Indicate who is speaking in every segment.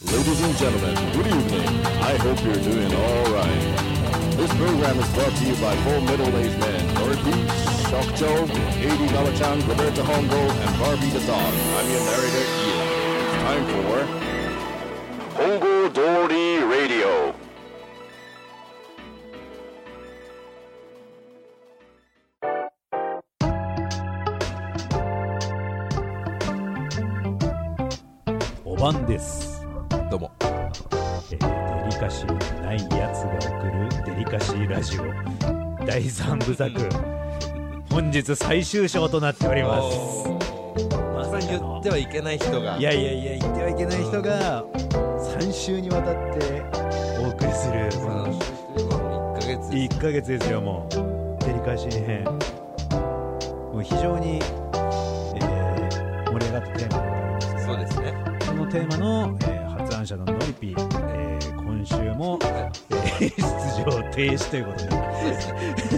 Speaker 1: Ladies and gentlemen, good evening. I hope you're doing all right. This program is brought to you by four middle-aged men, Dorothy, Shock Joe, A.D. Galachan, Roberta Hongo, and Barbie the Dog. I'm your narrator, Ian. It's time for... Hongo Dory Radio.
Speaker 2: おばんです、
Speaker 3: どうも。
Speaker 2: えーデリカシーのないやつが送るデリカシーラジオ第3部作本日最終章となっておりますまさ
Speaker 3: まさ
Speaker 2: か
Speaker 3: に言
Speaker 2: の
Speaker 3: ってはいけない人が。
Speaker 2: いやいやいや言ってはいけない人が3週にわたってお送りするこ
Speaker 3: まあ、
Speaker 2: の
Speaker 3: 1ヶ月。
Speaker 2: 1ヶ月ですよもうデリカシー編もう非常に、えー盛り上がったテーマだったんですけど
Speaker 3: そうですね。
Speaker 2: このテーマの、えー発案者のノリピー、えー今週も、えー出場停止ということ
Speaker 3: そうです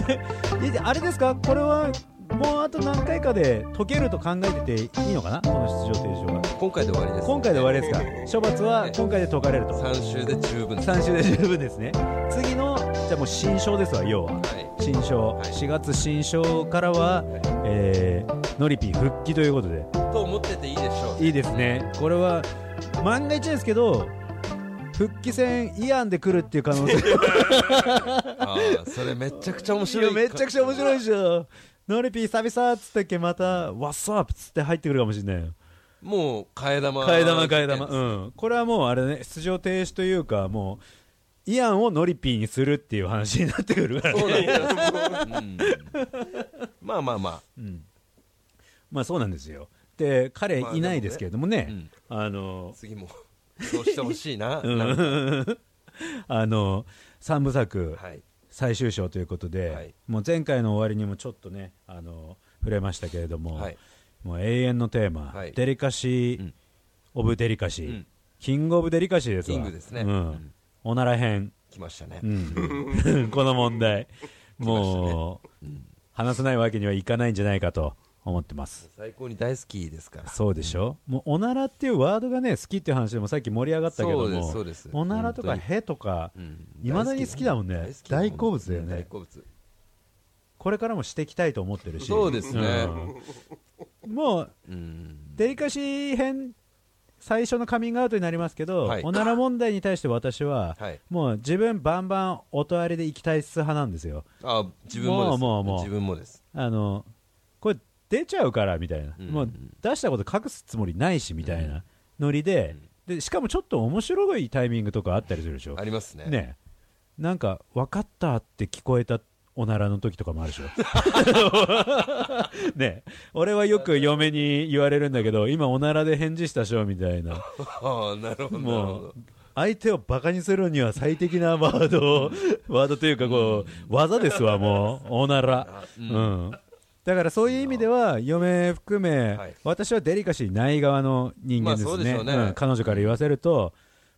Speaker 3: ね。
Speaker 2: でであれですかこれはもうあと何回かで解けると考えてていいのかなこの出場停止は
Speaker 3: 今回で終わりです。
Speaker 2: 今回で終わりですか処罰は今回で解かれると
Speaker 3: 3週で十分です。
Speaker 2: 3週で十分ですね次のじゃあもう新章ですわ要は
Speaker 3: は
Speaker 2: 新章
Speaker 3: はい
Speaker 2: 4月新章からは、
Speaker 3: い。
Speaker 2: えー、ノリピー復帰ということで
Speaker 3: と思ってていいでしょう。
Speaker 2: いいですね、これは万が一ですけど、復帰戦、イアンで来るっていう可 能性
Speaker 3: ああ、それめちゃくちゃ面白い。
Speaker 2: めちゃくちゃ面白い
Speaker 3: い。
Speaker 2: でしょ、ノリピー、久々っつったっけ、また、ワッサープっつって入ってくるかもしれないよ、
Speaker 3: もう、替え玉。
Speaker 2: 替え玉、替え玉、うん、これはもうあれね、出場停止というか、もう、イアンをノリピーにするっていう話になってくるから
Speaker 3: そう
Speaker 2: ね、
Speaker 3: なんですよ。うんまあまあま
Speaker 2: うん まあそうなんですよ、で、彼
Speaker 3: まあ
Speaker 2: いないですけれども
Speaker 3: あ。う
Speaker 2: ね
Speaker 3: ん、
Speaker 2: あの、
Speaker 3: 次も、そうしてほしいな。
Speaker 2: うん
Speaker 3: なんか
Speaker 2: あの、3部作、
Speaker 3: はい。
Speaker 2: 最終章ということで、
Speaker 3: はい
Speaker 2: もう前回の終わりにもちょっとねあの触れましたけれども、
Speaker 3: はい。
Speaker 2: もう永遠のテーマ、
Speaker 3: はい
Speaker 2: デリカシー、
Speaker 3: うん
Speaker 2: オブデリカシー、
Speaker 3: うん
Speaker 2: キングオブデリカシーですわ
Speaker 3: キングですね
Speaker 2: うん
Speaker 3: うん
Speaker 2: おなら編、
Speaker 3: 来ましたね
Speaker 2: う。んこの問 題もう、話せないわけにはいかないんじゃないかと思ってます
Speaker 3: 最高に大好きですから。
Speaker 2: そうでしょ、もうおならっていうワードがね好きっていう話でもさっき盛り上がったけど
Speaker 3: そうです
Speaker 2: も
Speaker 3: そうです
Speaker 2: おならとか
Speaker 3: 本当
Speaker 2: へとかいま、未だに好きだもんね
Speaker 3: 好き
Speaker 2: 大好物だよね
Speaker 3: 大好物
Speaker 2: これからもしていきたいと思ってるし
Speaker 3: そうですね
Speaker 2: うんもう
Speaker 3: うん
Speaker 2: デリカシー編最初のカミングアウトになりますけど、
Speaker 3: はい
Speaker 2: おなら問題に対して私は、
Speaker 3: はい
Speaker 2: もう自分バンバン音ありで行きたいっす派なんですよ
Speaker 3: あ自分もです
Speaker 2: もうもうもう
Speaker 3: 自分もです
Speaker 2: あのこれ出ちゃうからみたいな、
Speaker 3: うん
Speaker 2: もう出したこと隠すつもりないしみたいなノリで,、でしかもちょっと面白いタイミングとかあったりするでしょ
Speaker 3: ありますね
Speaker 2: ねえなんか分かったって聞こえたおならの時とかもある でしょねえ俺はよく嫁に言われるんだけど今おならで返事したでしょみたいな
Speaker 3: ああなるほどなるほ
Speaker 2: もう
Speaker 3: ど
Speaker 2: 相手をバカにするには最適なワードをワードというかこう技ですわもうおなら
Speaker 3: う
Speaker 2: うんんだからそういう意味では嫁含め
Speaker 3: はい
Speaker 2: 私はデリカシーない側の人間で
Speaker 3: まあそ
Speaker 2: す
Speaker 3: うで
Speaker 2: ね
Speaker 3: しょうね
Speaker 2: うん彼女から言わせると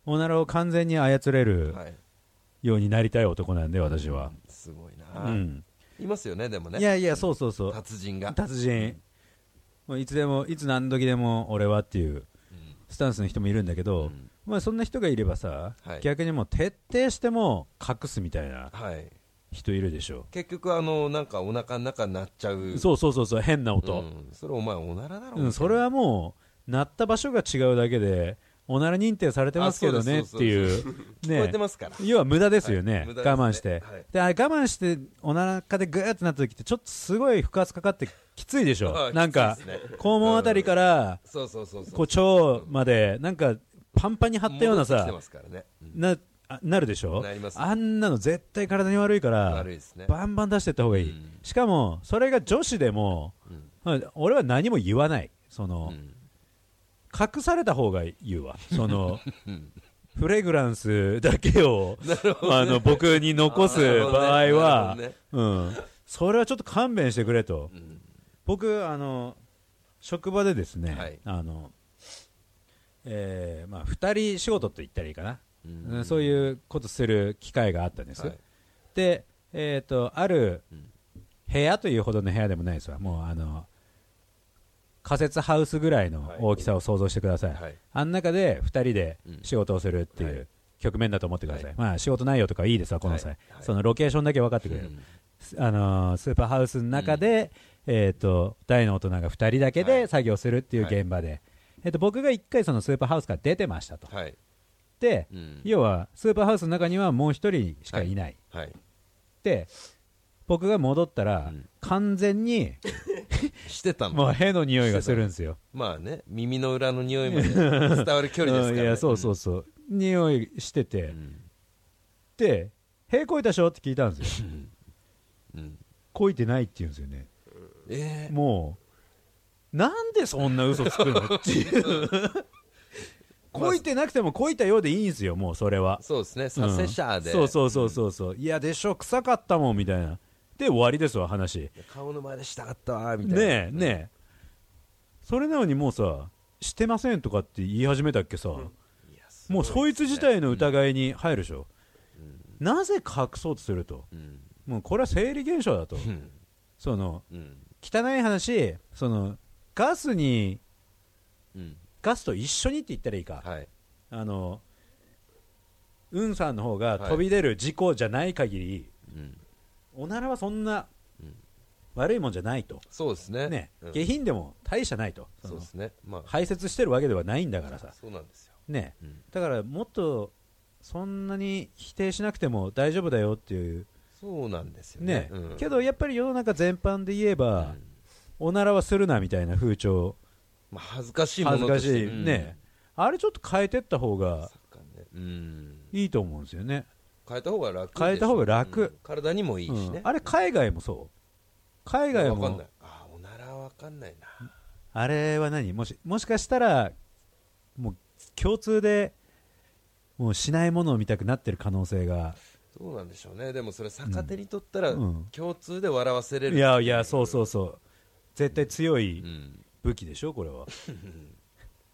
Speaker 2: おならを完全に操れる
Speaker 3: はい
Speaker 2: ようになりたい男なんで私は、
Speaker 3: すごいうな、
Speaker 2: ん、
Speaker 3: いますよねでもね
Speaker 2: いやいやそうそうそう
Speaker 3: 達人が
Speaker 2: 達人もういつでもいつ何時でも俺はっていう
Speaker 3: うん
Speaker 2: スタンスの人もいるんだけど、
Speaker 3: うん
Speaker 2: まあ、そんな人がいればさ、
Speaker 3: はい
Speaker 2: 逆にもう徹底してもう隠すみたいな
Speaker 3: はい
Speaker 2: 人いるでしょ
Speaker 3: 結局あのなんかお腹の中になっちゃう
Speaker 2: そうそうそうそう変な
Speaker 3: う
Speaker 2: 音、
Speaker 3: んそれお前おならだろ
Speaker 2: うんそれ
Speaker 3: は
Speaker 2: はもう鳴った場所が違うだけでおなら認定されてますけどね
Speaker 3: あ
Speaker 2: っ
Speaker 3: そ
Speaker 2: て
Speaker 3: うで
Speaker 2: い
Speaker 3: す
Speaker 2: う
Speaker 3: 聞こ
Speaker 2: ね
Speaker 3: えてますから
Speaker 2: 要は無駄ですよね、
Speaker 3: はい無駄ですね
Speaker 2: 我慢して、
Speaker 3: はい
Speaker 2: であれ我慢してお腹でグーってなった時ってちょっとすごい腹圧かかってきついでし
Speaker 3: あ
Speaker 2: ょ
Speaker 3: あ
Speaker 2: なんか
Speaker 3: きついですね
Speaker 2: 肛門あたりから
Speaker 3: そうそうそうそう
Speaker 2: こう腸までなんかパンパンに張ったような
Speaker 3: 戻ってきて
Speaker 2: さ
Speaker 3: ますからねうん
Speaker 2: なあなるでしょ
Speaker 3: なります
Speaker 2: あんなの絶対体に悪いから
Speaker 3: 悪いですね
Speaker 2: バンバン出してった方がいい、
Speaker 3: うん
Speaker 2: しかもそれが女子でも、
Speaker 3: うん
Speaker 2: うん俺は何も言わないそうの、
Speaker 3: ん
Speaker 2: 隠された方が言うわその
Speaker 3: うん
Speaker 2: フレグランスだけを、 あの僕に残す
Speaker 3: あーなるほどね
Speaker 2: 場合は、
Speaker 3: なる
Speaker 2: うん、それはちょっと勘弁してくれと、
Speaker 3: うん
Speaker 2: 僕あの職場でですね、
Speaker 3: はい
Speaker 2: あのえーまあ、2人仕事と言ったらいいかな、
Speaker 3: うん
Speaker 2: そういうことする機会があったんです、
Speaker 3: はい
Speaker 2: で、えー、とある
Speaker 3: うん
Speaker 2: 部屋というほどの部屋でもないですわもうあの仮設ハウスぐらいの大きさを想像してください、
Speaker 3: はい
Speaker 2: あん中で2人で仕事をするってい
Speaker 3: は
Speaker 2: う
Speaker 3: い
Speaker 2: 局面だと思ってください、
Speaker 3: はい
Speaker 2: まあ、仕事内容とかいいですわ、この際、
Speaker 3: はいはい
Speaker 2: そのロケーションだけ分かってくれる、すあのースーパーハウスの中で、えー、と大の大人が2人だけ
Speaker 3: は
Speaker 2: で
Speaker 3: い
Speaker 2: 作業するっていう現場で、えー、と僕が1回、そのスーパーハウスから出てましたと、
Speaker 3: はい。
Speaker 2: で
Speaker 3: うん
Speaker 2: 要はスーパーハウスの中にはもう1人しかいない。
Speaker 3: はい。
Speaker 2: で僕が戻ったら、
Speaker 3: うん
Speaker 2: 完全 に
Speaker 3: してたの。
Speaker 2: もう屁の匂いがするんですよ、
Speaker 3: まあね、耳の裏の匂いま で伝わる
Speaker 2: う
Speaker 3: 距離ですか
Speaker 2: ん
Speaker 3: ら、ね。
Speaker 2: いやそうそうそう、匂いしてて、
Speaker 3: うん。
Speaker 2: で「屁こいたしょ?」って聞いたんですよ
Speaker 3: うん。
Speaker 2: こいてないって言うんですよね
Speaker 3: えー
Speaker 2: もうなんでそんな嘘つくのっていう こいてなくてもこいたようでいいんですよもうそれは
Speaker 3: そうですね、サセシャー
Speaker 2: う
Speaker 3: で、
Speaker 2: んそうそうそうそうそう、いやでしょ臭かったもんみたいなで終わりですわ話
Speaker 3: 顔の前でしたかったわ、みたいな。
Speaker 2: ねえねえそれなのにもうさしてませんとかって言い始めたっけさ、
Speaker 3: いやすご
Speaker 2: もうそいつ自体の疑いに入るでしょ、なぜ隠そうとすると
Speaker 3: うん。
Speaker 2: もうこれは生理現象 だと
Speaker 3: うん。
Speaker 2: その
Speaker 3: うん。
Speaker 2: 汚い話そのガスに
Speaker 3: うん。
Speaker 2: ガスと一緒にって言ったらいいか、
Speaker 3: はい。
Speaker 2: あのうんさんの方が
Speaker 3: はい
Speaker 2: 飛び出る事故じゃない限り、
Speaker 3: うん。
Speaker 2: おならはそんな
Speaker 3: うん
Speaker 2: 悪いもんじゃないと、
Speaker 3: そうですね。
Speaker 2: ね
Speaker 3: うん
Speaker 2: 下品でも大したないとそ
Speaker 3: そう
Speaker 2: の
Speaker 3: ですね。まあ、
Speaker 2: 排泄してるわけではないんだからさ、
Speaker 3: そうなんですよ。
Speaker 2: ね
Speaker 3: うん
Speaker 2: だからもっとそんなに否定しなくても大丈夫だよっていう、
Speaker 3: そうなんですよね
Speaker 2: ね。
Speaker 3: うん
Speaker 2: けどやっぱり世の中全般で言え
Speaker 3: う
Speaker 2: ば、
Speaker 3: ん
Speaker 2: おならはするなみたいな風潮
Speaker 3: まあ、恥ずかしいもの
Speaker 2: 恥ずか
Speaker 3: として
Speaker 2: しい、ねあれちょっと変えてった方
Speaker 3: うん
Speaker 2: が
Speaker 3: サッカーねうん。
Speaker 2: いいと思うんですよね、
Speaker 3: 変えた方が楽でしょ
Speaker 2: 変えた方が楽
Speaker 3: うん体にもいいし
Speaker 2: うん。
Speaker 3: ね
Speaker 2: あれ海外もそう海外
Speaker 3: わかんな
Speaker 2: も
Speaker 3: い。あー、おならはわかんないな。
Speaker 2: あれは何もしもしかしたらもう共通でもうしないものを見たくなってる可能性が
Speaker 3: どうなんでしょうね。でもそれ逆手にとったら
Speaker 2: うん
Speaker 3: 共通で笑わせれる。
Speaker 2: いやいやそうそうそう絶対強い
Speaker 3: うん。
Speaker 2: 武器で しょこれは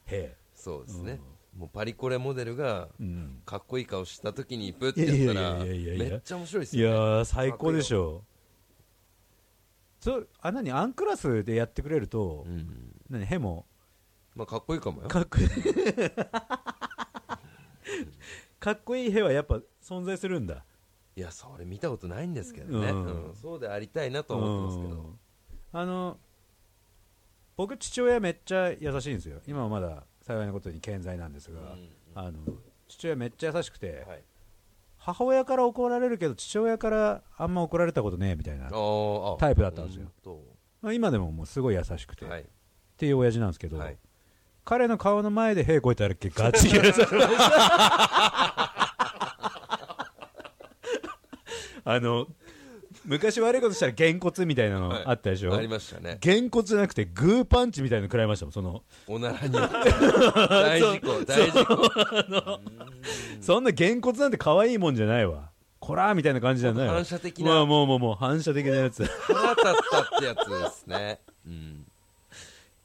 Speaker 2: へ
Speaker 3: そうですね。もうパリコレモデルが
Speaker 2: え、うん、
Speaker 3: かっこいい顔した時にブッてやったら
Speaker 2: いやいやいやいやいや
Speaker 3: めっちゃ面白いです
Speaker 2: いや
Speaker 3: よね。
Speaker 2: ー最高でしょそうあ何アンクラスでやってくれると、
Speaker 3: うん。
Speaker 2: 何へも
Speaker 3: まあかっこいいかもよ。
Speaker 2: かっこいいかっこいい兵はやっぱ存在するんだ
Speaker 3: いや、それ見たことないんですけどね。
Speaker 2: うん
Speaker 3: うんそうでありたいなとは思ってますけ
Speaker 2: う
Speaker 3: ど
Speaker 2: ん。あの僕父親めっちゃ優しいんですよ今はまだ幸いなことに健在なんですが、
Speaker 3: うん
Speaker 2: あの父親めっちゃ優しくて、
Speaker 3: はい。
Speaker 2: 母親から怒られるけど父親からあんま怒られたことねえみたいな
Speaker 3: あーあ
Speaker 2: タイプだったんですよ。
Speaker 3: 本
Speaker 2: まあ今でももうすごい優しくて、
Speaker 3: 当
Speaker 2: っ
Speaker 3: はい。
Speaker 2: ていう親父なんですけど、
Speaker 3: はい。
Speaker 2: 彼の顔の前で「へえこいてあるっ けガチ切れされましたあの昔悪いことしたらげんこつみたいなのあったでしょ、
Speaker 3: ありましたね。
Speaker 2: げんこつじゃなくてグーパンチみたいなの食らいましたもんその、
Speaker 3: おならに よって大事故、大事故。
Speaker 2: そんなげんこつなんて可愛いもんじゃないわこらーみたいな感じじゃないわ
Speaker 3: 反射的
Speaker 2: まあ
Speaker 3: な
Speaker 2: もうもうもう反射的なやつ
Speaker 3: 腹立ったってやつですね。うん。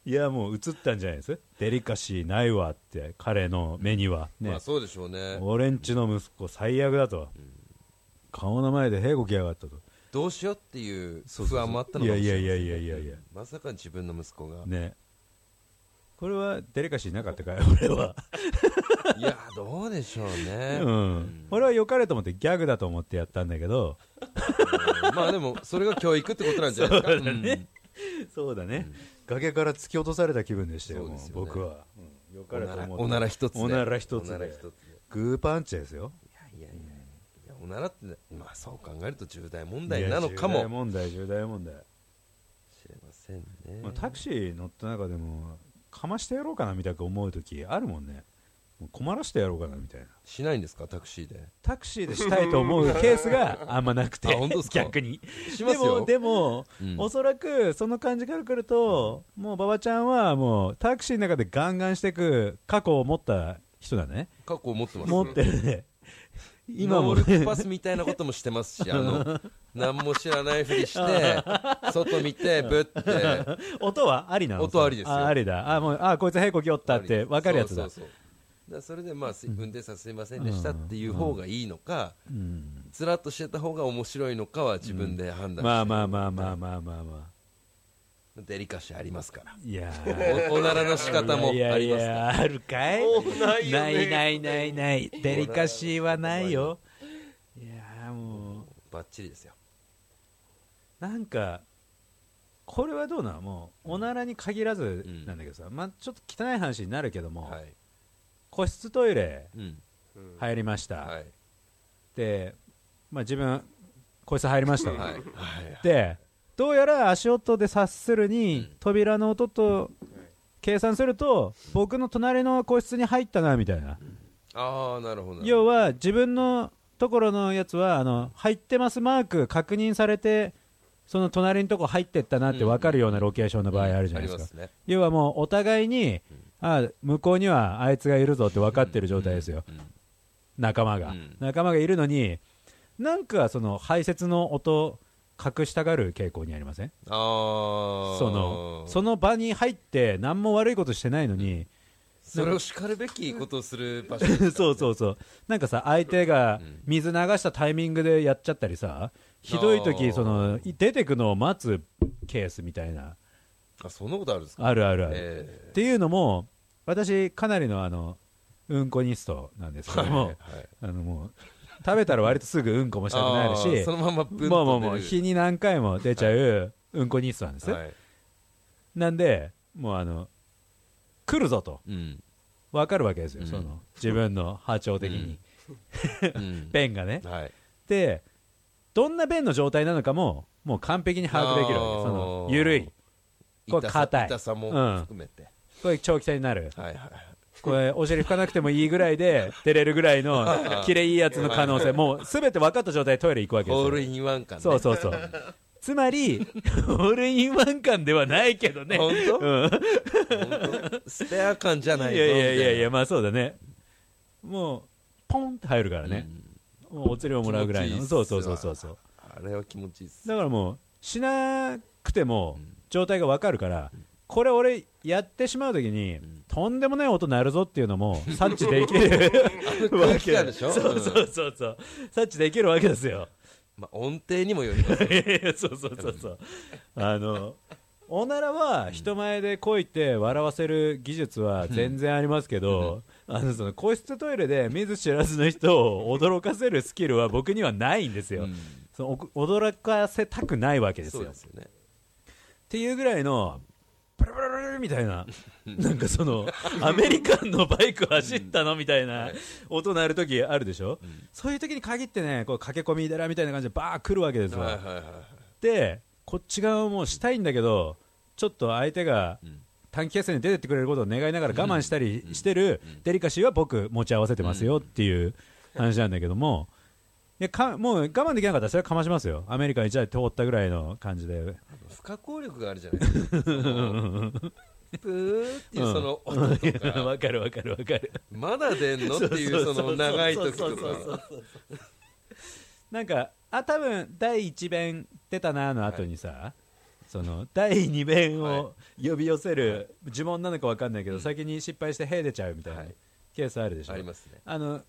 Speaker 2: いやもう映ったんじゃないですデリカシーないわって彼の目にはね、
Speaker 3: まあそうでしょうね。
Speaker 2: 俺んちの息子最悪だと、顔の前でへこきやがったと
Speaker 3: どうしようっていう不安もあったの
Speaker 2: い
Speaker 3: か
Speaker 2: や
Speaker 3: もし
Speaker 2: い
Speaker 3: れ
Speaker 2: や
Speaker 3: ない
Speaker 2: いや
Speaker 3: ですね。
Speaker 2: いやいやいや
Speaker 3: まさか自分の息子が。
Speaker 2: ねこれはデリカシーなかったかい 俺は、
Speaker 3: いや、どうでしょうね。
Speaker 2: うん、俺は良かれと思ってギャグだと思ってやったんだけど
Speaker 3: まあでも、それが教育ってことなんじゃないですか。うん
Speaker 2: そうだね、崖から突き落とされた気分でしたよ
Speaker 3: そうですよね
Speaker 2: もう僕は、うん、よか
Speaker 3: お
Speaker 2: れ
Speaker 3: な
Speaker 2: と思
Speaker 3: ら
Speaker 2: って
Speaker 3: おなら一つで。
Speaker 2: おなら一つ
Speaker 3: おなら
Speaker 2: で
Speaker 3: 一つで
Speaker 2: グーパンチですよ
Speaker 3: いやいやいやいやおならってね、まあそう考えると重大問題なのか
Speaker 2: いや重大
Speaker 3: も
Speaker 2: 問題重大問題、
Speaker 3: しれませんね。
Speaker 2: まあ、タクシー乗った中でもかましてやろうかなみたいな思う時あるもんねもう困らしてやろうかなみたいな
Speaker 3: しないんですか、タクシーで。
Speaker 2: タクシーでしたいと思うケースがあんまなくて
Speaker 3: あ本当ですか
Speaker 2: 逆に
Speaker 3: しますよ
Speaker 2: でもでも、
Speaker 3: うん
Speaker 2: おそらくその感じからくると、もう馬場ちゃんはもうタクシーの中でガンガンしてく過去を持った人だね
Speaker 3: 過去を持ってます
Speaker 2: 持ってるね今
Speaker 3: 今も
Speaker 2: も
Speaker 3: ルックパスみたいなこともしてますし、あ の、何も知らないふりして、外見て、ぶって、
Speaker 2: 音はありなの
Speaker 3: 音ありですよ
Speaker 2: あありだあもうあこいつ平行きおったって分かるやつだ
Speaker 3: そうそうそうだからそれで、まあ、す運転手さんすいませんでしたっていう方がいいのか、
Speaker 2: うん
Speaker 3: つらっとしてた方が面白いのかは自分で判断して、
Speaker 2: まあまあまあまあまあまあまあ
Speaker 3: デリカシーありますから
Speaker 2: いやー
Speaker 3: おおならの仕方もあ
Speaker 2: い
Speaker 3: り
Speaker 2: や
Speaker 3: ます
Speaker 2: いやあるかい
Speaker 3: もうないよ
Speaker 2: な
Speaker 3: ね
Speaker 2: いないないないデリカシーはないよいやーもう
Speaker 3: バッチリですよ
Speaker 2: なんかこれはどうなのもうおならに限らず
Speaker 3: うん
Speaker 2: なんだけどさ、まあ、ちょっと汚い話になるけども、
Speaker 3: はい、
Speaker 2: 個室トイレ
Speaker 3: うん
Speaker 4: うん
Speaker 2: 入りました、
Speaker 3: はい
Speaker 2: で、まあ、自分個室入りました、
Speaker 3: はいはい
Speaker 2: でどうやら足音で察するに、
Speaker 3: うん
Speaker 2: 扉の音と計算すると僕の隣の個室に入ったなみたいな、
Speaker 3: ああなるほど
Speaker 2: 要は自分のところのやつはあの入ってますマーク確認されてその隣のとこ入ってったなって分かるようなロケーションの場合あるじゃないですか、
Speaker 3: ありますね
Speaker 2: 要はもうお互いに、あ向こうにはあいつがいるぞって分かってる状態ですよ、
Speaker 3: うんうん
Speaker 2: 仲間が、
Speaker 3: うん
Speaker 2: 仲間がいるのになんかその排泄の音を隠したがる傾向にありません
Speaker 3: ああ
Speaker 2: そのその場に入って何も悪いことしてないのに、
Speaker 3: それをしかるべきことをする場所ですからね
Speaker 2: そうそうそうなんかさ相手が
Speaker 3: うん
Speaker 2: 水流したタイミングでやっちゃったりさひどい
Speaker 3: あ
Speaker 2: 時
Speaker 3: ー
Speaker 2: そのい出てくのを待つケースみたいな
Speaker 3: あそんなことあるんですか
Speaker 2: あるあるある、
Speaker 3: ええ
Speaker 2: っていうのも私かなりのあのうんこニストなんですけども、
Speaker 3: はい
Speaker 2: あのもう食べたら割とすぐうんこもしたくなる
Speaker 3: あー
Speaker 2: し
Speaker 3: そのままブンと出る
Speaker 2: もうもうもう日に何回も出ちゃううんこニストなんです、
Speaker 3: はい
Speaker 2: なんでもうあの来るぞと
Speaker 3: うん
Speaker 2: 分かるわけですよ、
Speaker 3: うん
Speaker 2: その自分の波長的に、
Speaker 3: うん
Speaker 2: ペンが ね
Speaker 3: はい
Speaker 2: でどんな便の状態なのかももう完璧に把握できるわ
Speaker 3: あ
Speaker 2: け
Speaker 3: ー
Speaker 2: その緩いこれ
Speaker 3: 痛さ
Speaker 2: 硬い
Speaker 3: 痛さも含めて、
Speaker 2: これ長期戦になる
Speaker 3: はいはい
Speaker 2: これお尻拭かなくてもいいぐらいで出れるぐらい のキレいいやつの可能性もう全て分かった状態でトイレ行くわけです
Speaker 3: オー
Speaker 2: よ
Speaker 3: ルインワン感ね
Speaker 2: そうそうそう つまりオールインワン感ではないけどね
Speaker 3: 本当
Speaker 2: うん
Speaker 3: 本当スペア感じゃない
Speaker 2: い
Speaker 3: ぞ
Speaker 2: やいやいやいやまあそうだねもうポンって入るから
Speaker 3: みたいな
Speaker 2: ね、もうお釣りをもらうぐらい
Speaker 3: 気
Speaker 2: の
Speaker 3: 持ちいいっす
Speaker 2: そう
Speaker 3: わ
Speaker 2: そうそうそうそう
Speaker 3: うんあれは気持ちいいっす
Speaker 2: だからもうしなくても
Speaker 3: うん
Speaker 2: 状態がわかるから、これ俺やってしまうときに、
Speaker 3: ん
Speaker 2: とんでもない音鳴るぞっていうのも察知できる わ
Speaker 3: 空
Speaker 2: け
Speaker 3: 気感でしょ
Speaker 2: そうそううそうそう 察知できるわけですよ
Speaker 3: んまあ、音程にもよります
Speaker 2: いやいやそうそうそうそうあのおならは人前でこいて笑わせる技術は全然ありますけど、あのその個室トイレで見ず知らずの人を驚かせるスキルは僕にはないんですよ、
Speaker 3: うん
Speaker 2: そのおく驚かせたくないわけです
Speaker 3: そう
Speaker 2: よ
Speaker 3: ですよね
Speaker 2: っていうぐらいのブルブルブルブルみたいななんかそのアメリカンのバイク走ったのみたいな音鳴る時あるでしょ、そういう時に限ってねこう駆け込み寺みたいな感じでバー来るわけですよ、
Speaker 3: はいはいは
Speaker 2: でこっち側もしたいんだけどちょっと相手が
Speaker 3: ん
Speaker 2: 短期決戦に出てってくれることを願いながら我慢したりしてるデリカシーは僕持ち合わせてますよっていう話なんだけどもいやかもう我慢できなかったらそれはかましますよアメリカにじゃあ通ったぐらいの感じで
Speaker 3: い不可抗力があるじゃないですかそのプーっていうその音とか
Speaker 2: わかるわかるわかる
Speaker 3: まだ出んのっていうその長い時
Speaker 2: そ
Speaker 3: と
Speaker 2: うそうそう
Speaker 3: か
Speaker 2: そうなんかあ多分第1弁出たなの後にさ、その第2弁を呼び寄せる呪文なのかわかんないけど、先に失敗して「へ」出ちゃうみたいな
Speaker 3: はい
Speaker 2: ケースあるでしょ、
Speaker 3: ありますね
Speaker 2: あの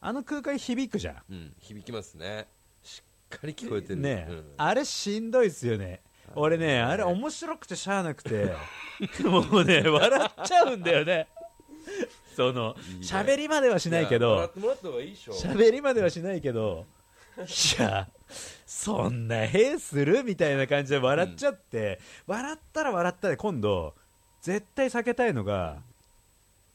Speaker 2: あの空間に響くじゃ
Speaker 3: うん響きますねしっかり聞こえてる
Speaker 2: んね、
Speaker 3: うん
Speaker 2: あれしんどいっすよね俺ねあれ面白くてしゃあなくて もうね笑っちゃうんだよねその喋りまではしないけど
Speaker 3: や笑ってもらった方がいいでしょ
Speaker 2: 喋りまではしないけど、いや、そんな、へえするみたいな感じで笑っちゃって、笑ったら笑ったで、今度、絶対避けたいのが、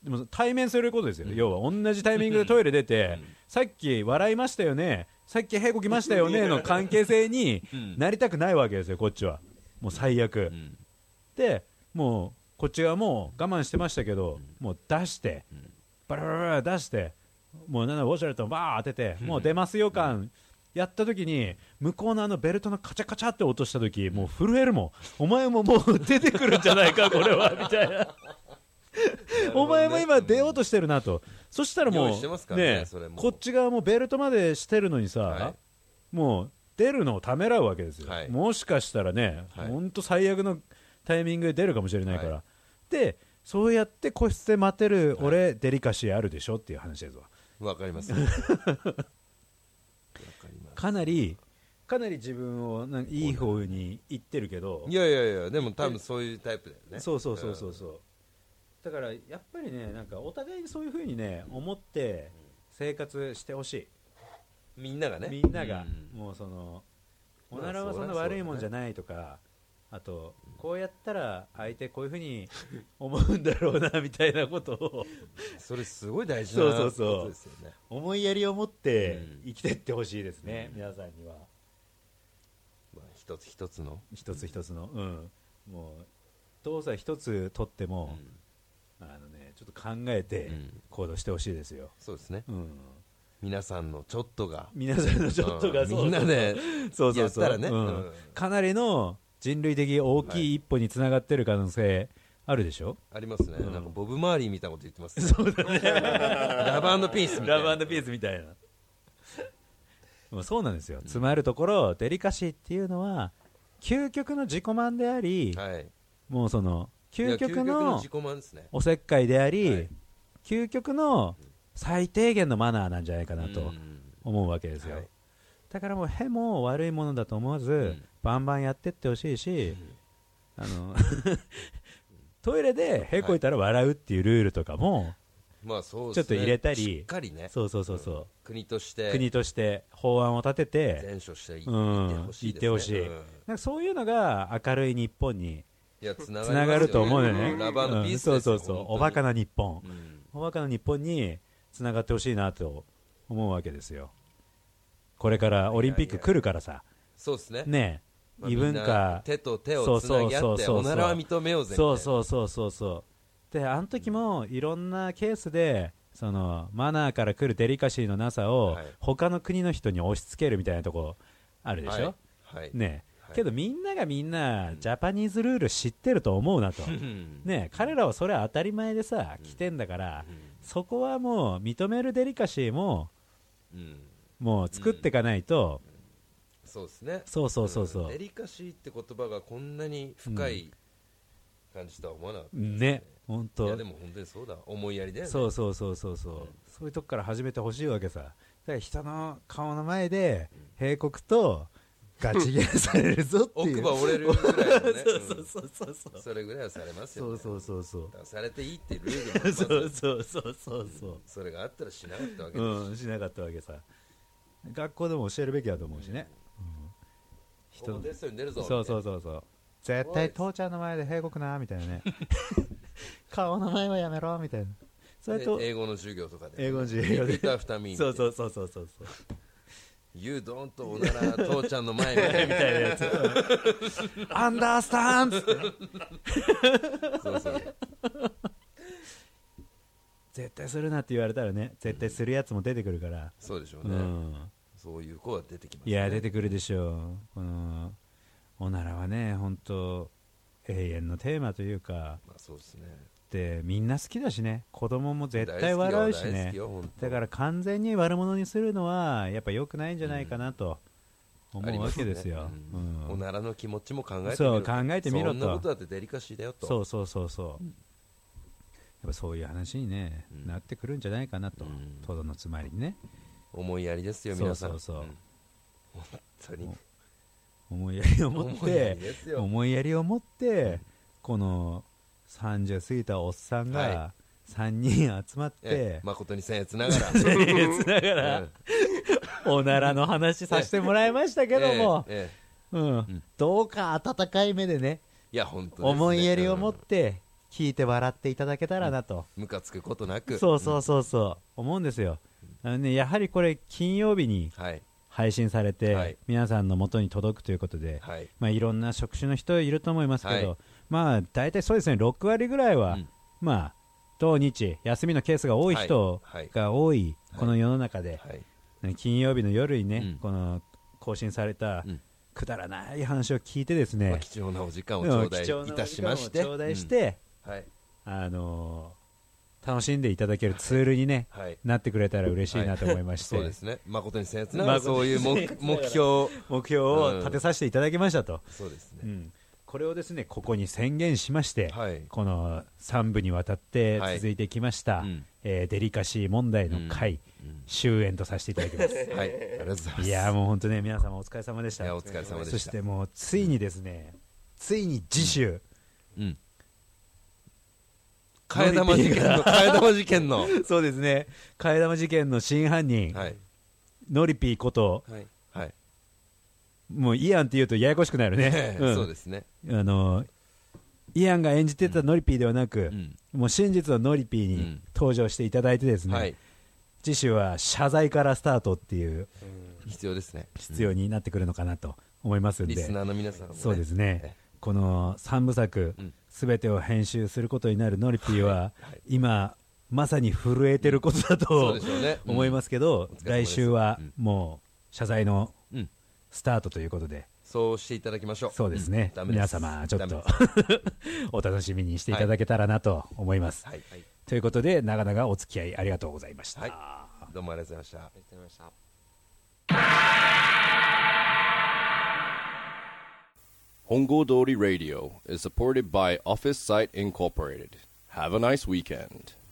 Speaker 2: でも対面することですよ、要は同じタイミングでトイレ出て、さっき笑いましたよね、さっきへこきましたよねの関係性に
Speaker 3: うん
Speaker 2: なりたくないわけですよ、こっちは。もう最悪
Speaker 3: う。ん
Speaker 2: で、もう、こっち側も我慢してましたけど、もう出して。バラバラバラ出してもうなんだウォシュレットをバー当ててもう出ますよ感やった時に向こうのあのベルトのカチャカチャって落とした時もう震えるもんお前ももう出てくるんじゃないかこれはみたいな お前も今出ようとしてるなとそしたらもう
Speaker 3: 用意してますからねそれも
Speaker 2: こっち側もベルトまでしてるのにさ、
Speaker 3: は
Speaker 2: もう出るのをためらうわけですよ、
Speaker 3: はい
Speaker 2: もしかしたらね、
Speaker 3: はい
Speaker 2: 本当最悪のタイミングで出るかもしれないから、
Speaker 3: は
Speaker 2: でそうやって個室で待てる俺、デリカシーあるでしょっていう話ですわ
Speaker 3: わかりますわかります
Speaker 2: かなりかなり自分をなんかいい方にいってるけど
Speaker 3: いやいやいやでも多分そういうタイプだよね
Speaker 2: そうそうそうそうそう、だからやっぱりねなんかお互いにそういうふうにね思って生活してほし
Speaker 3: みんながね
Speaker 2: いみんなが
Speaker 3: うん
Speaker 2: もうその
Speaker 3: ま
Speaker 2: お
Speaker 3: あ
Speaker 2: ならはそんな悪いもんじゃないとかあとこうやったら相手こういうふうに 思うんだろうなみたいなことを
Speaker 3: それすごい大事な
Speaker 2: そうそうそう
Speaker 3: ことですよね
Speaker 2: 思いやりを持って
Speaker 3: うん
Speaker 2: 生きてってほしいですね、皆さんには
Speaker 3: まあ一つ一つの
Speaker 2: 一つ一つの、うん、もう動作一つとっても、あのねちょっと考えて
Speaker 3: うん
Speaker 2: 行動してほしいですよ、
Speaker 3: そうですね
Speaker 2: うん、
Speaker 3: 皆さんのちょっとが
Speaker 2: 皆さんのちょっと
Speaker 3: う
Speaker 2: が
Speaker 3: ん
Speaker 2: そう
Speaker 3: みんなで
Speaker 2: そうそうそう
Speaker 3: やったらね
Speaker 2: うん
Speaker 3: うん
Speaker 2: かなりの人類的大きい一歩につながってる可能性あるでしょ、
Speaker 3: ありますね
Speaker 2: うん
Speaker 3: なんかボブ・マーリーみたいなこと言ってますね
Speaker 2: そうだね
Speaker 3: ラブピースみた
Speaker 2: ラ
Speaker 3: いな
Speaker 2: ブピースみたいなでもそうなんですよつまるところデリカシーっていうのは究極の自己満であり、
Speaker 3: はい
Speaker 2: もうその究
Speaker 3: いや
Speaker 2: 極の
Speaker 3: 自己満ですね
Speaker 2: おせっかいであり、
Speaker 3: はい
Speaker 2: 究極の最低限のマナーなんじゃないかな
Speaker 3: う
Speaker 2: と
Speaker 3: ん
Speaker 2: 思うわけですよ、
Speaker 3: はい
Speaker 2: だからもうへも悪いものだと思わず、
Speaker 3: ん
Speaker 2: バンバンやってってほしいし、あの トイレでへこいたら笑うっていうルールとかも、
Speaker 3: まあそうです
Speaker 2: ち
Speaker 3: ね
Speaker 2: ょっと入れたり
Speaker 3: しっかりね
Speaker 2: そうそうそうそう、
Speaker 3: 国として
Speaker 2: 国として法案を立てて、
Speaker 3: 全処していって
Speaker 2: うん
Speaker 3: ほしい
Speaker 2: 言っ
Speaker 3: ですね
Speaker 2: てほしい、
Speaker 3: うん
Speaker 2: なんかそういうのが明るい日本に
Speaker 3: いやつな
Speaker 2: つながると思うよね、
Speaker 3: ラバーのピース
Speaker 2: うん
Speaker 3: です
Speaker 2: そ
Speaker 3: よ
Speaker 2: うそうそう
Speaker 3: 本当に
Speaker 2: おバカな日本、
Speaker 3: うん
Speaker 2: おバカな日本につながってほしいなと思うわけですよこれからオリンピック来るからさ
Speaker 3: そうですね
Speaker 2: ねえ
Speaker 3: まあ
Speaker 2: 異文
Speaker 3: みんな
Speaker 2: 化
Speaker 3: 手と手をつなぎ合っ
Speaker 2: そうそ
Speaker 3: て
Speaker 2: うそうそう
Speaker 3: おならは認めようぜみたい
Speaker 2: そ
Speaker 3: な
Speaker 2: うそうそうそうそうであの時もいろんなケースでそのマナーから来るデリカシーのなさを
Speaker 3: はい
Speaker 2: 他の国の人に押し付けるみたいなとこあるでしょ、
Speaker 3: はい、はい
Speaker 2: ねえ、
Speaker 3: はい
Speaker 2: けどみんながみんなジャパニーズルール知ってると思うなとねえ彼らはそれは当たり前でさ来てんだから、そこはもう認めるデリカシーも
Speaker 3: うんうん
Speaker 2: もう作っていかないと、
Speaker 3: そうですね
Speaker 2: そうそうそうそうん
Speaker 3: デリカシーって言葉がこんなに深い感じとは思わなかった、
Speaker 2: ね本
Speaker 3: い
Speaker 2: 当
Speaker 3: やでも本当にそうだ思いやりだよね
Speaker 2: そうそうそうそうそう、そういうとこから始めてほしいわけさだから人の顔の前で閉国とガチギャルされるぞってい
Speaker 3: 奥
Speaker 2: う
Speaker 3: 歯折れるぐらいのね
Speaker 2: そうそうそうそううん
Speaker 3: それぐらいはされますよ、
Speaker 2: そ
Speaker 3: ね、
Speaker 2: うそうそう そう
Speaker 3: だからされていいっていうルールもま
Speaker 2: そ
Speaker 3: ず
Speaker 2: うそうそうそうそう
Speaker 3: それがあったらしなかったわけで
Speaker 2: うん、しなかったわけさ学校でも教えるべきだと思うしね、
Speaker 3: す、ここテストに出るぞ
Speaker 2: そうそううそうそう絶対父ちゃんの前で閉国なみたいなね顔の前はやめろみたいなそれと
Speaker 3: 英語の授業とかで
Speaker 2: 英語の授業で
Speaker 3: リピートアフターミー
Speaker 2: そうそううそうそうそうそう
Speaker 3: You don't おなら父ちゃんの前みたい
Speaker 2: みたいなやつアンダースタンド
Speaker 3: なそうそう
Speaker 2: 絶対するなって言われたらね絶対するやつも出てくるから、
Speaker 3: そうでしょう
Speaker 2: う
Speaker 3: ね、
Speaker 2: ん
Speaker 3: そういう子は出てきます、
Speaker 2: い
Speaker 3: ね、
Speaker 2: や出てくるでしょうこのおならはね本当永遠のテーマというか
Speaker 3: まあそうですね
Speaker 2: でみんな好きだしね子供も絶
Speaker 3: 大
Speaker 2: 対
Speaker 3: 好きよ
Speaker 2: 笑うし
Speaker 3: 大好
Speaker 2: ね
Speaker 3: きよ本当
Speaker 2: だから完全に悪者にするのはやっぱ良くないんじゃないかなと
Speaker 3: あ
Speaker 2: 思
Speaker 3: り
Speaker 2: う
Speaker 3: ま
Speaker 2: わけですよ。
Speaker 3: う
Speaker 2: うん
Speaker 3: お
Speaker 2: ん
Speaker 3: ならの気持ちも考えてみろ
Speaker 2: そう考えてみろと
Speaker 3: そんなことだってデリカシーだよと
Speaker 2: そうそうそうそう。やっぱそういう話にね
Speaker 3: うん
Speaker 2: なってくるんじゃないかなと
Speaker 3: うん
Speaker 2: とどのつまりにね
Speaker 3: 思いやりですよ皆さん
Speaker 2: そうそうそうん
Speaker 3: 本当に
Speaker 2: 思いやりを持っ
Speaker 3: 思いやり
Speaker 2: て
Speaker 3: ですよ
Speaker 2: 思いやりを持ってこの30過ぎたおっさん
Speaker 3: は
Speaker 2: が3人集まっ
Speaker 3: ええ
Speaker 2: て
Speaker 3: 誠に僭越な がら
Speaker 2: 僭越ながら
Speaker 3: うん
Speaker 2: おならの話させてもらいましたけども
Speaker 3: ええええ
Speaker 2: うんどうか温かい目でね
Speaker 3: いや本当ですね
Speaker 2: 思いやりを持っ
Speaker 3: うん
Speaker 2: て聞いて笑っていただけたらなと、
Speaker 3: ムカつくことなく
Speaker 2: そうそうそうそう思うんですよあの、ね、やはりこれ金曜日に
Speaker 3: うんはい
Speaker 2: 配信されて、
Speaker 3: はい
Speaker 2: 皆さんの元に届くということで、
Speaker 3: はい
Speaker 2: まあ、いろんな職種の人いると思いますけど、
Speaker 3: はい
Speaker 2: まあ大体そうですね6割ぐらいは、
Speaker 3: うん
Speaker 2: まあ土日休みのケースが多い人
Speaker 3: はいはい
Speaker 2: が多い、この世の中で、
Speaker 3: はい
Speaker 2: ね金曜日の夜にね、
Speaker 3: うん
Speaker 2: この更新された
Speaker 3: うん
Speaker 2: くだらない話を聞いてですね、
Speaker 3: まあ貴重なお時間を頂
Speaker 2: 貴重ない
Speaker 3: 戴
Speaker 2: お
Speaker 3: た
Speaker 2: 時
Speaker 3: し
Speaker 2: 間
Speaker 3: ま
Speaker 2: を
Speaker 3: して
Speaker 2: 頂戴し
Speaker 3: うん
Speaker 2: て、
Speaker 3: はい
Speaker 2: あのー楽しんでいただけるツールにね、
Speaker 3: はい
Speaker 2: なってくれたら嬉しいなと思いまして、
Speaker 3: そうですね誠に僭越ながら
Speaker 2: 誠に
Speaker 3: そういう目目標
Speaker 2: 目標を立てさせていただきましたと、
Speaker 3: そうですね
Speaker 2: うんこれをですねここに宣言しまして、
Speaker 3: はい
Speaker 2: この3部にわたって続いてきました、
Speaker 3: はいうん
Speaker 2: えーデリカシー問題の回、終演とさせていただきます。
Speaker 3: はい、ありがとうご ざいます。
Speaker 2: いやーもう本当ね皆様お疲れ様でした
Speaker 3: いやお疲れ様でした
Speaker 2: そしてもうついにですね、ついに次週、
Speaker 3: うん。替え玉事件の、替え玉 事件の。
Speaker 2: そうですね替え玉事件の真犯人、
Speaker 3: はい。
Speaker 2: ノリピーこと
Speaker 3: はい。はい。
Speaker 2: もうイアンって言うとややこしくなる ね、ん
Speaker 3: そうですね。
Speaker 2: あのイアンが演じてたノリピーではなく、
Speaker 3: ん
Speaker 2: もう真実のノリピー
Speaker 3: う
Speaker 2: に
Speaker 3: ん
Speaker 2: 登場していただいてですね、
Speaker 3: はい。
Speaker 2: 次週は謝罪からスタートっていう
Speaker 3: 必要ですね。
Speaker 2: 必要になってくるのかなと思いますんで、
Speaker 3: リスナーの皆さんも、ね。
Speaker 2: そうですね、
Speaker 3: え
Speaker 2: この3部作
Speaker 3: うん
Speaker 2: すべ、てを編集することになるノリピーは、
Speaker 3: い
Speaker 2: 今まさに震えてることだ
Speaker 3: そう
Speaker 2: と
Speaker 3: でしょうね。。
Speaker 2: 思いますすけど、
Speaker 3: お疲れ様で
Speaker 2: 来
Speaker 3: す
Speaker 2: 週はもう謝罪の
Speaker 3: うん。
Speaker 2: スタートということで、
Speaker 3: そうしていただきましょう。
Speaker 2: そうですね
Speaker 3: ん、ダメ
Speaker 2: 皆
Speaker 3: です
Speaker 2: 様ちょっ
Speaker 3: ダメ
Speaker 2: と
Speaker 3: です
Speaker 2: お楽しみにしていただけたらなと思います、
Speaker 3: はい。はい
Speaker 2: ということで長々お付き合いありがとうございました、
Speaker 3: はい。どうもありがとうございました。
Speaker 4: りがとうございました。
Speaker 1: Hongo Dori Radio is supported by Office Site Incorporated. Have a nice weekend.